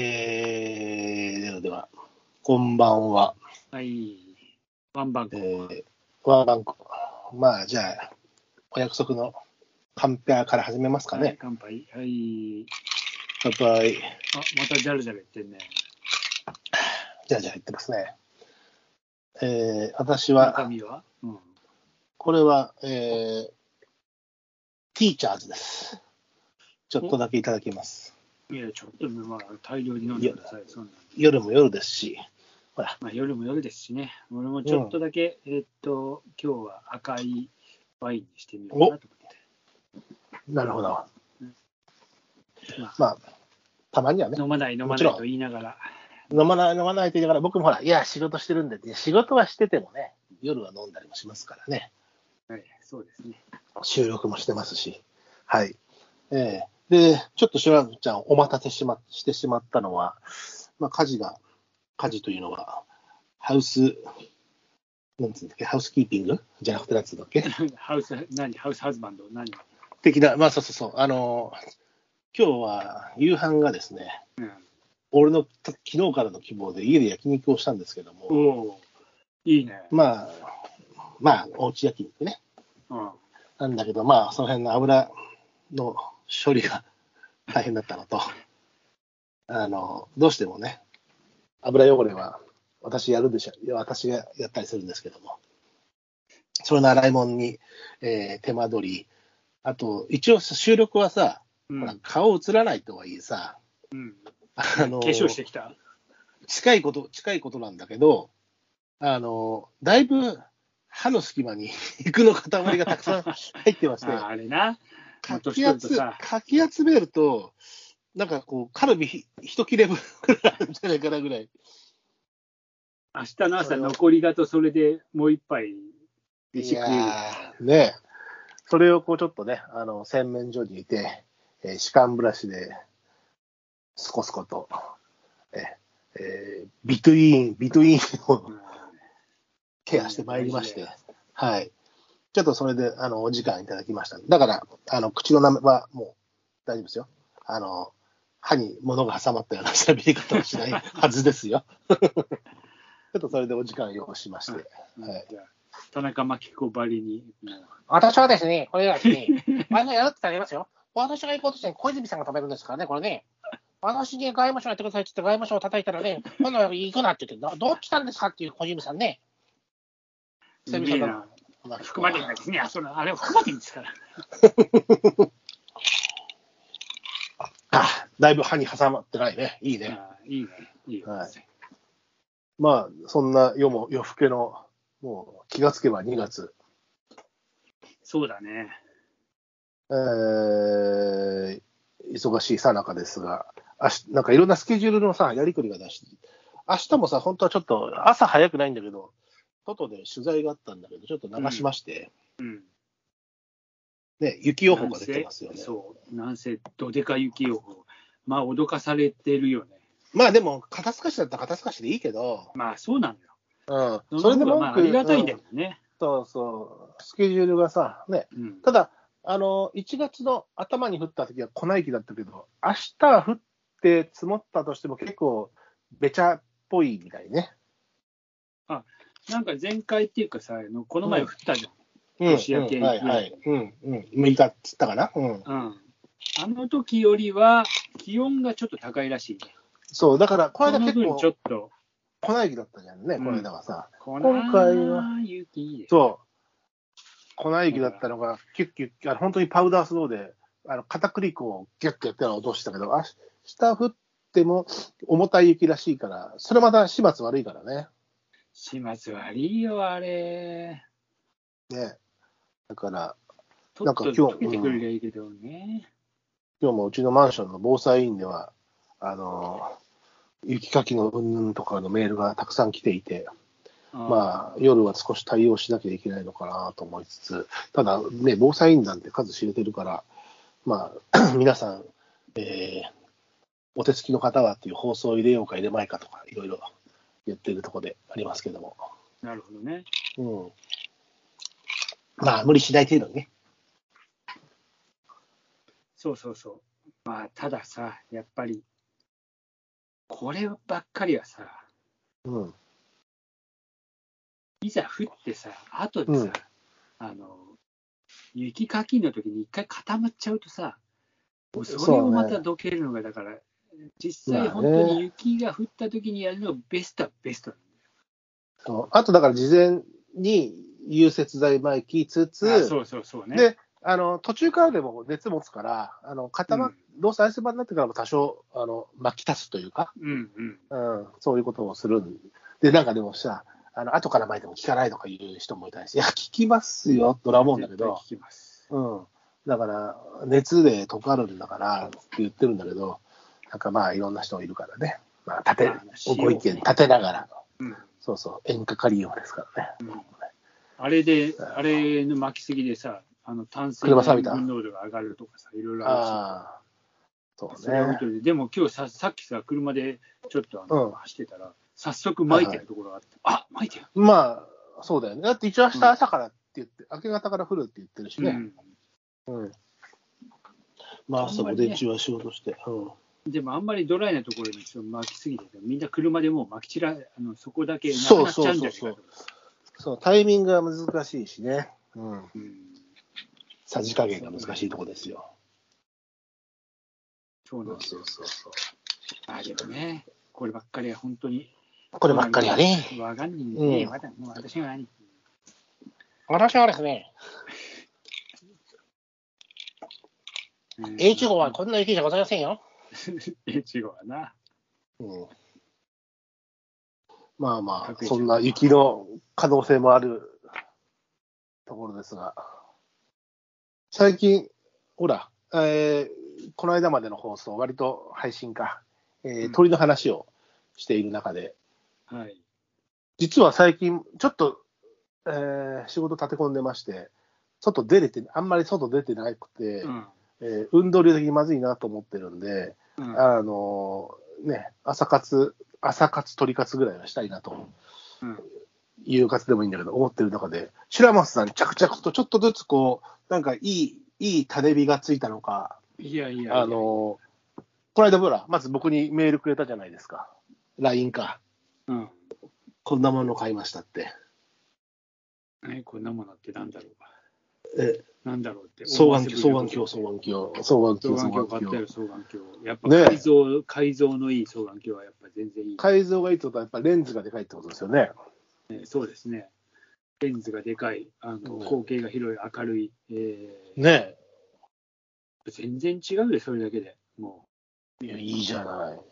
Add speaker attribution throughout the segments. Speaker 1: えー、ではでは、こんばんは。
Speaker 2: はい。ワンバン
Speaker 1: え
Speaker 2: コ。
Speaker 1: ー、ワンバンコ。まあ、じゃあ、お約束のカンペアから始めますか
Speaker 2: はい
Speaker 1: ね。
Speaker 2: 乾杯。はい。
Speaker 1: 乾杯。
Speaker 2: あ、またジャルジャル言ってんね。
Speaker 1: じゃあ、じゃあ、言ってますね。えー、私
Speaker 2: 中
Speaker 1: は、
Speaker 2: 身はうん。
Speaker 1: これは、えー、ティーチャーズです。ちょっとだけいただきます。
Speaker 2: いや、ちょっと、まあ、大量に飲んでください。そんな
Speaker 1: 夜も夜ですし、ほら、
Speaker 2: まあ、夜も夜ですしね。俺もちょっとだけ、えーっと、今日は赤いワインにしてみようかなと思って。
Speaker 1: なるほど。
Speaker 2: ま
Speaker 1: まあ、たまにはね
Speaker 2: あ、、飲まない、飲ま
Speaker 1: も
Speaker 2: な
Speaker 1: ち
Speaker 2: い
Speaker 1: ろん
Speaker 2: と言いながら。
Speaker 1: 飲まない、飲まないと言いながら、僕もほら、いや、仕事してるんで、いや仕事はしててもね、夜は飲んだりもしますからね、
Speaker 2: はい、そうですね。
Speaker 1: 収録もしてますし、はい。えーで、ちょっとしばらくちゃん、お待たせし,、ま、してしまったのは、まあ、家事が、家事というのは、ハウス、なんつうんだっけ、ハウスキーピングじゃなくて、なんつうんだっけ、
Speaker 2: ハウス、何、ハウスハズバンド、何。
Speaker 1: 的な、まあ、そうそうそう、あのー今日は夕飯がですね、
Speaker 2: うん、
Speaker 1: 俺の昨日からの希望で家で焼肉をしたんですけども、
Speaker 2: おお、いいね。
Speaker 1: まあ、まあ、おうち焼肉ね。
Speaker 2: うん、
Speaker 1: なんだけど、まあ、その辺の油の処理が大変だったのと、あの、どうしてもね、油汚れは私やるでしょ、いや私がやったりするんですけども、それの洗い物に、えー手間取り、あと、一応収録はさ、
Speaker 2: うん、
Speaker 1: ほ
Speaker 2: う
Speaker 1: ら
Speaker 2: ん、
Speaker 1: 顔映らないとはいえさ、あの
Speaker 2: 化粧してきた。
Speaker 1: 近いこと、近いことなんだけど、あの、だいぶ歯の隙間に 肉の塊がたく さん入ってまし
Speaker 2: あ
Speaker 1: て、
Speaker 2: ーあれな。
Speaker 1: か
Speaker 2: 年
Speaker 1: き
Speaker 2: 取る
Speaker 1: 集
Speaker 2: と
Speaker 1: め
Speaker 2: さ
Speaker 1: かき集めると、なんかこう、カルビひ一切れ分ぐらいあるんじゃないかなぐらい。
Speaker 2: 明日の朝、残りがとそれでもう一杯飯
Speaker 1: い
Speaker 2: 食える。
Speaker 1: やーねえそれをこうちょっとね、あの、洗面所にいて、えー歯間ブラシで、スコスコと、えーえービトゥイーン、ビトゥイーンをケアしてまいりまして、はい。ちょっとそれで、あの、お時間いただきました。だから、あの、口のなめはもう大丈夫ですよ。あの、歯に物が挟まったような喋り方をしないはずですよ。 ちょっとそれでお時間を要しまして。
Speaker 2: うん
Speaker 1: はい
Speaker 2: じゃあ田中真紀子ばりに、うん
Speaker 3: 私はですね、これはですね、あのやるって言りますよ。私が行こうとして、小泉さんが食べるんですからね、これね。私に外務省やってくださいって言って、外務省を叩いたらね、今度は行くなって言って、どどっちなんですかっていう小泉さんね。
Speaker 2: うめえな
Speaker 1: まあ
Speaker 2: 含まれないですね。あそのあれは含まれんですから。
Speaker 1: あだいぶ歯に挟まってないね。いいね。
Speaker 2: あーいいね。いいよ
Speaker 1: はいまあ、そんな夜も夜更けの、もう気がつけば2月。
Speaker 2: そうだね。
Speaker 1: えー、忙しいさなかですが、あしなんかいろんなスケジュールのさ、やりくりが出して、明日もさ、本当はちょっと朝早くないんだけど、外で取材があったんだけど、ちょっと流しまして、
Speaker 2: うん。
Speaker 1: ね、雪予報が出てますよね
Speaker 2: 南。西そう。なんせ、どでか雪予報。まあ、脅かされてるよね。
Speaker 1: まあでも、肩透かしだったら肩透かしでいいけど、
Speaker 2: まあ、そうなんだよ。
Speaker 1: うん、
Speaker 2: そ
Speaker 1: そ
Speaker 2: れ
Speaker 1: れ
Speaker 2: で
Speaker 1: で
Speaker 2: も、
Speaker 1: も
Speaker 2: まあ、ありがたいんだ
Speaker 1: う
Speaker 2: よ
Speaker 1: ん
Speaker 2: ね。
Speaker 1: そうそう、スケジュールがさ、ね、
Speaker 2: うん。
Speaker 1: ただ、あの、1月の頭に降った時は粉雪だったけど、明日は降って積もったとしても結構、べちゃっぽいみたいね。
Speaker 2: なんか前回っていうかさ、あのこの前降ったじ
Speaker 1: うん
Speaker 2: 年明け
Speaker 1: うんはいはい。うんうん。6日っつったかな。うん。
Speaker 2: ゃん。うん。あの時よりは、気温がちょっと高いらしいね。
Speaker 1: そう、だから、こ
Speaker 2: こ
Speaker 1: の間
Speaker 2: の
Speaker 1: 結
Speaker 2: 分ちょ
Speaker 1: 構、
Speaker 2: っと、
Speaker 1: 粉雪だったじゃんね、
Speaker 2: うん
Speaker 1: この間はさ。
Speaker 2: 今
Speaker 1: 今回は
Speaker 2: 雪いいね
Speaker 1: そう。粉雪だったのが、キュッキュッキュッ、あの本当にパウダースノーで、あの、片栗粉をギュッギュッって落としてたけど、あ下降っても重たい雪らしいから、それまた始末悪いからね。
Speaker 2: 始末悪いよ、あれ。
Speaker 1: ね。だから、
Speaker 2: と
Speaker 1: な
Speaker 2: っ
Speaker 1: ん
Speaker 2: と
Speaker 1: か
Speaker 2: と
Speaker 1: 今日
Speaker 2: 溶けてくれりゃいいけどね。
Speaker 1: 今日もうちのマンションの防災委員では、あの、雪かきのうんぬんとかのメールがたくさん来ていて、まあ、夜は少し対応しなきゃいけないのかなと思いつつ、ただ、ね、防災員なんて数知れてるから、まあ、 皆さん、えーお手つきの方はっていう放送を入れようか入れまいかとか、いろいろ言ってるところでありますけども、
Speaker 2: あ、なるほどね。
Speaker 1: うん。まあ、無理しない程度にね。
Speaker 2: そうそうそう。まあ、たださ、やっぱり、こればっかりはさ、
Speaker 1: うん。
Speaker 2: いざ降ってさ、後でさ、
Speaker 1: うん
Speaker 2: あの、雪かきの時に一回固まっちゃうとさ、もう
Speaker 1: そうね
Speaker 2: それをまたどけるのが、だから、実際
Speaker 1: まあ
Speaker 2: 本
Speaker 1: ね
Speaker 2: 当に雪が降った時にやるのがベストはベストなん
Speaker 1: そうあとだから事前に融雪剤巻きつつ、
Speaker 2: だよ。あそうそうそうね。
Speaker 1: であの途中からでも熱持つから、あの固ま
Speaker 2: うん
Speaker 1: どうせアイスバーになってからも多少あの巻き足すというか、
Speaker 2: うんうん。
Speaker 1: うん、そういうことをするんで、なんかでもさ、あの後から巻いても効かないとかいう人もいたりして、いや、効きますよとは思うんだけど、
Speaker 2: 絶対聞きます。
Speaker 1: うん、だから、熱で溶かるんだからって言ってるんだけど、なんかまあ、いろんな人いるからね、まあ、立て
Speaker 2: まあ
Speaker 1: ご意見立てながらの、
Speaker 2: うん
Speaker 1: そうそう、演歌カリウムですからね。
Speaker 2: あれで、あれの巻きすぎでさ、あの炭水
Speaker 1: 車錆びた
Speaker 2: 分濃度が上がるとかさ、いろいろあ
Speaker 1: ああ、そ
Speaker 2: るし、
Speaker 1: う
Speaker 2: それは本
Speaker 1: ね
Speaker 2: 当。に、でも今日ささっきさ、車でちょっとあ
Speaker 1: うん
Speaker 2: の走ってたら、早速巻いてるところがあって、あ巻いてる、
Speaker 1: まあ、そうだよね。だって一応明日朝からって言って、明け方から降るって言ってるし
Speaker 2: う
Speaker 1: ね。
Speaker 2: ん
Speaker 1: うん。まあ、朝
Speaker 2: あんま
Speaker 1: 午
Speaker 2: りね
Speaker 1: 前中は仕事して。うん。
Speaker 2: でもあんまりドライなところにちょっと巻きすぎてて、みんな車でもう巻き散ら、あのそこだけなくなっちゃうんじ
Speaker 1: そ
Speaker 2: ゃないかと
Speaker 1: うそうそう、タイミングが難しいしね。うん。
Speaker 2: うん
Speaker 1: さじ加減が難しいとこですよ。
Speaker 2: そうなんですよ。
Speaker 1: そうそうそう。
Speaker 2: あでもね、こればっかりは本当に。
Speaker 1: こればっかりはね。
Speaker 2: わかんないね。
Speaker 1: うん
Speaker 2: まだもう私が何
Speaker 3: 私はですね、H 号はこんな雪じゃございませんよ。
Speaker 2: H 号はな。
Speaker 1: うん。まあま
Speaker 2: 各
Speaker 1: あ、
Speaker 2: 地
Speaker 1: そんな雪の可能性もあるところですが。最近、ほら、えーこの間までの放送、割と配信か、えー
Speaker 2: うん
Speaker 1: 鳥の話をしている中で、
Speaker 2: はい。
Speaker 1: 実は最近、ちょっと、えー仕事立て込んでまして、外出れて、あんまり外出てなくて、
Speaker 2: うん。
Speaker 1: えー運動量的にまずいなと思ってるんで、
Speaker 2: うん
Speaker 1: あのーね、朝活、朝活、鳥活ぐらいはしたいなと、
Speaker 2: うん
Speaker 1: 夕活でもいいんだけど、思ってる中で、白松さん、着々とちょっとずつこう、なんかいい、いい種火がついたのか、
Speaker 2: いやいやいや。
Speaker 1: あのーこの間、ほら、まず僕にメールくれたじゃないですか、LINE か、
Speaker 2: うん。
Speaker 1: こんなもの買いましたって、
Speaker 2: えこんなものってなんだろう。
Speaker 1: え
Speaker 2: なんだろうって。
Speaker 1: 双眼鏡、双
Speaker 2: 思わ
Speaker 1: 眼
Speaker 2: せぶり
Speaker 1: 鏡、双眼鏡、双眼鏡、
Speaker 2: 双眼
Speaker 1: 双
Speaker 2: 鏡
Speaker 1: 眼
Speaker 2: 買った
Speaker 1: 鏡。
Speaker 2: よ、双眼鏡。やっぱ
Speaker 1: ねえ
Speaker 2: 改造、改造のいい双眼鏡はやっぱ全然いい、
Speaker 1: 改造がいいってことは、やっぱレンズがでかいってことですよね。
Speaker 2: ね。そうですね。レンズがでかい、あの
Speaker 1: うん
Speaker 2: 光景が広い、明るい、えー
Speaker 1: ね
Speaker 2: 全然違うで、それだけでも
Speaker 1: え。いや、いいじゃない。
Speaker 2: う。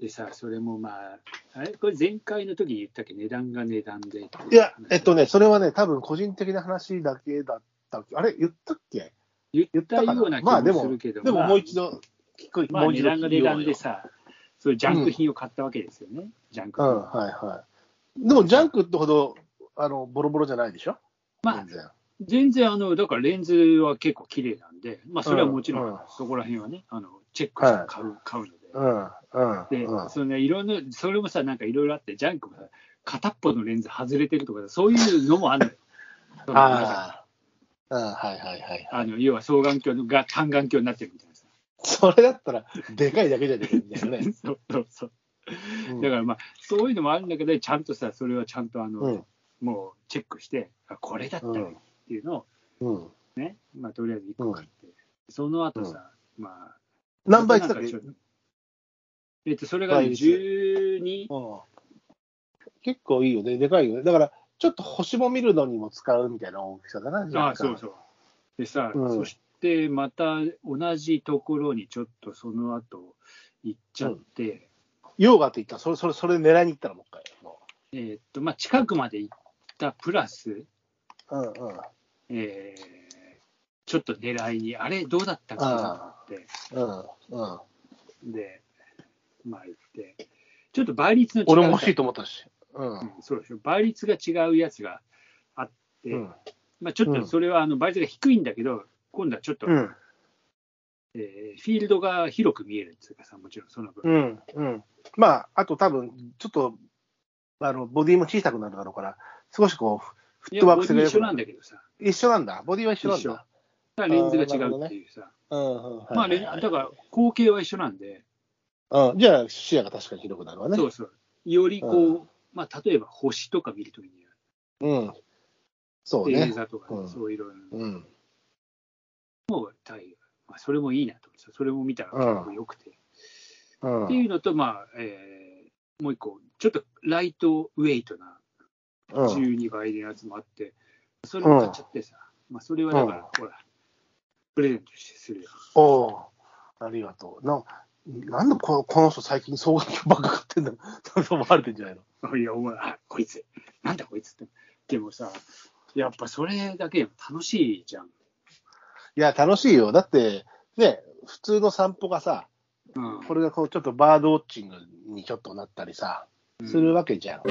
Speaker 2: でさ、それもまあ、あれこれ前回の時に言ったっけ、値段が値段でってう。
Speaker 1: いや、えっとね、それはね、多分個人的な話だけだった。あれ、言ったっけ
Speaker 2: 言
Speaker 1: 言
Speaker 2: っ
Speaker 1: ったたか
Speaker 2: ような
Speaker 1: な
Speaker 2: 気
Speaker 1: まあで
Speaker 2: もす
Speaker 1: も、
Speaker 2: るけど、
Speaker 1: でも
Speaker 2: まあ
Speaker 1: もう一度聞く、
Speaker 2: ま
Speaker 1: も
Speaker 2: あ、
Speaker 1: う
Speaker 2: 値
Speaker 1: 一度
Speaker 2: 段が
Speaker 1: 聞
Speaker 2: 値
Speaker 1: ようよ
Speaker 2: 段でさ、そういうジャンク品を買ったわけですよね、ジャンク
Speaker 1: う
Speaker 2: 品。
Speaker 1: ん、はいはい。でも、ジャンクってほど、あの、ボロボロじゃないでしょ
Speaker 2: まあ
Speaker 1: 全、然。
Speaker 2: 全然あの、だからレンズは結構綺麗なんで、まあ、それはもちろん、
Speaker 1: うんうん
Speaker 2: そこら辺はね、あのチェックして買う,、買うので。
Speaker 1: うん、
Speaker 2: で、
Speaker 1: うん、うん。
Speaker 2: そのね、いろんな、それもさ、なんかいろいろあって、ジャンクもさ、片っぽのレンズ外れてるとかさ、そういうのもあるのよそのなんか。
Speaker 1: ああ、うん、はいはいはい。
Speaker 2: あの要は双眼鏡が単眼鏡になってるみたいなさ。
Speaker 1: それだったら、でかいだけじゃできるんだよね。
Speaker 2: そうそうそう。
Speaker 1: うん
Speaker 2: だからまあ、そういうのもあるんだけど、ちゃんとさ、それはちゃんとあの、
Speaker 1: うん、
Speaker 2: もうチェックして、あこれだったらいいっていうのを、
Speaker 1: うん。
Speaker 2: まあ、とりあえず1個買って、その後さ、まあ、
Speaker 1: 何倍したっけ
Speaker 2: なんかちょっとえっと、それが、ね、
Speaker 1: 倍率
Speaker 2: 12、
Speaker 1: うん結構いいよね、でかいよね。だから、ちょっと星も見るのにも使うみたいな大きさだな、
Speaker 2: あ
Speaker 1: 若干
Speaker 2: そうそう。でさ、
Speaker 1: うん
Speaker 2: そしてまた同じところにちょっとその後行っちゃって、
Speaker 1: ヨーガって言ったら、それ、それ、それ狙いに行ったらもう一回。も
Speaker 2: えーっと、まあ、近くまで行ったプラス、
Speaker 1: ううんうん。
Speaker 2: えーちょっと狙いに、あれ、どうだったかなと思って、
Speaker 1: うんうん。
Speaker 2: で、まあ行って、ちょっと倍率の違う
Speaker 1: 俺も欲しいと思ったし。うん。うん
Speaker 2: うんそうでしょ、倍率が違うやつがあって、
Speaker 1: うん。
Speaker 2: まあ、ちょっとそれはあの倍率が低いんだけど、今度はちょっと、
Speaker 1: うん。
Speaker 2: えーフィールドが広く見えるっていうかさ、もちろんその分。
Speaker 1: うん。うん。まあ、あと多分、ちょっと、あの、ボディも小さくなるだろうから、少しこう、フ
Speaker 2: い
Speaker 1: ッ
Speaker 2: や、
Speaker 1: トワー
Speaker 2: ボ
Speaker 1: ク
Speaker 2: デ
Speaker 1: 性が良く
Speaker 2: ィ一緒な
Speaker 1: なんる。
Speaker 2: だけどさ、
Speaker 1: 一緒なんだ。ボディは一緒なん
Speaker 2: 一緒
Speaker 1: だ。
Speaker 2: レンズが違うっていうさ、
Speaker 1: うんうん。
Speaker 2: まあレ
Speaker 1: はいはい
Speaker 2: ン
Speaker 1: はい
Speaker 2: だから光景は一緒なんで、
Speaker 1: うん、じゃあ、視野が確かに広くなるわね。
Speaker 2: そうそう。よりこう、
Speaker 1: う
Speaker 2: まあ、例えば星とか見るときに、
Speaker 1: うん。そう
Speaker 2: 映
Speaker 1: ね。
Speaker 2: 座とか、
Speaker 1: うん
Speaker 2: そういろいろ、
Speaker 1: うん。
Speaker 2: もう太陽、まあ、それもいいなと思って、それも見たら結構良くて。
Speaker 1: うん
Speaker 2: って。いうのと、まあ、えーもう一個、ちょっとライトウェイトな
Speaker 1: うん
Speaker 2: 12倍のやつもあって、それも買っちゃってさ、まあ、それはだから、ほら、プレゼントするよ。
Speaker 1: おおありがとう。ななんでこのこの人最近総額ばっか買ってんだなんて思われてんじゃないの
Speaker 2: いや、お前、あこいつ、なんだこいつって。でもさ、やっぱそれだけ楽しいじゃん。
Speaker 1: いや、楽しいよ。だって、ね、普通の散歩がさ、
Speaker 2: うん、
Speaker 1: これがこう、ちょっとバードウォッチングにちょっとなったりさ、するわけじゃん。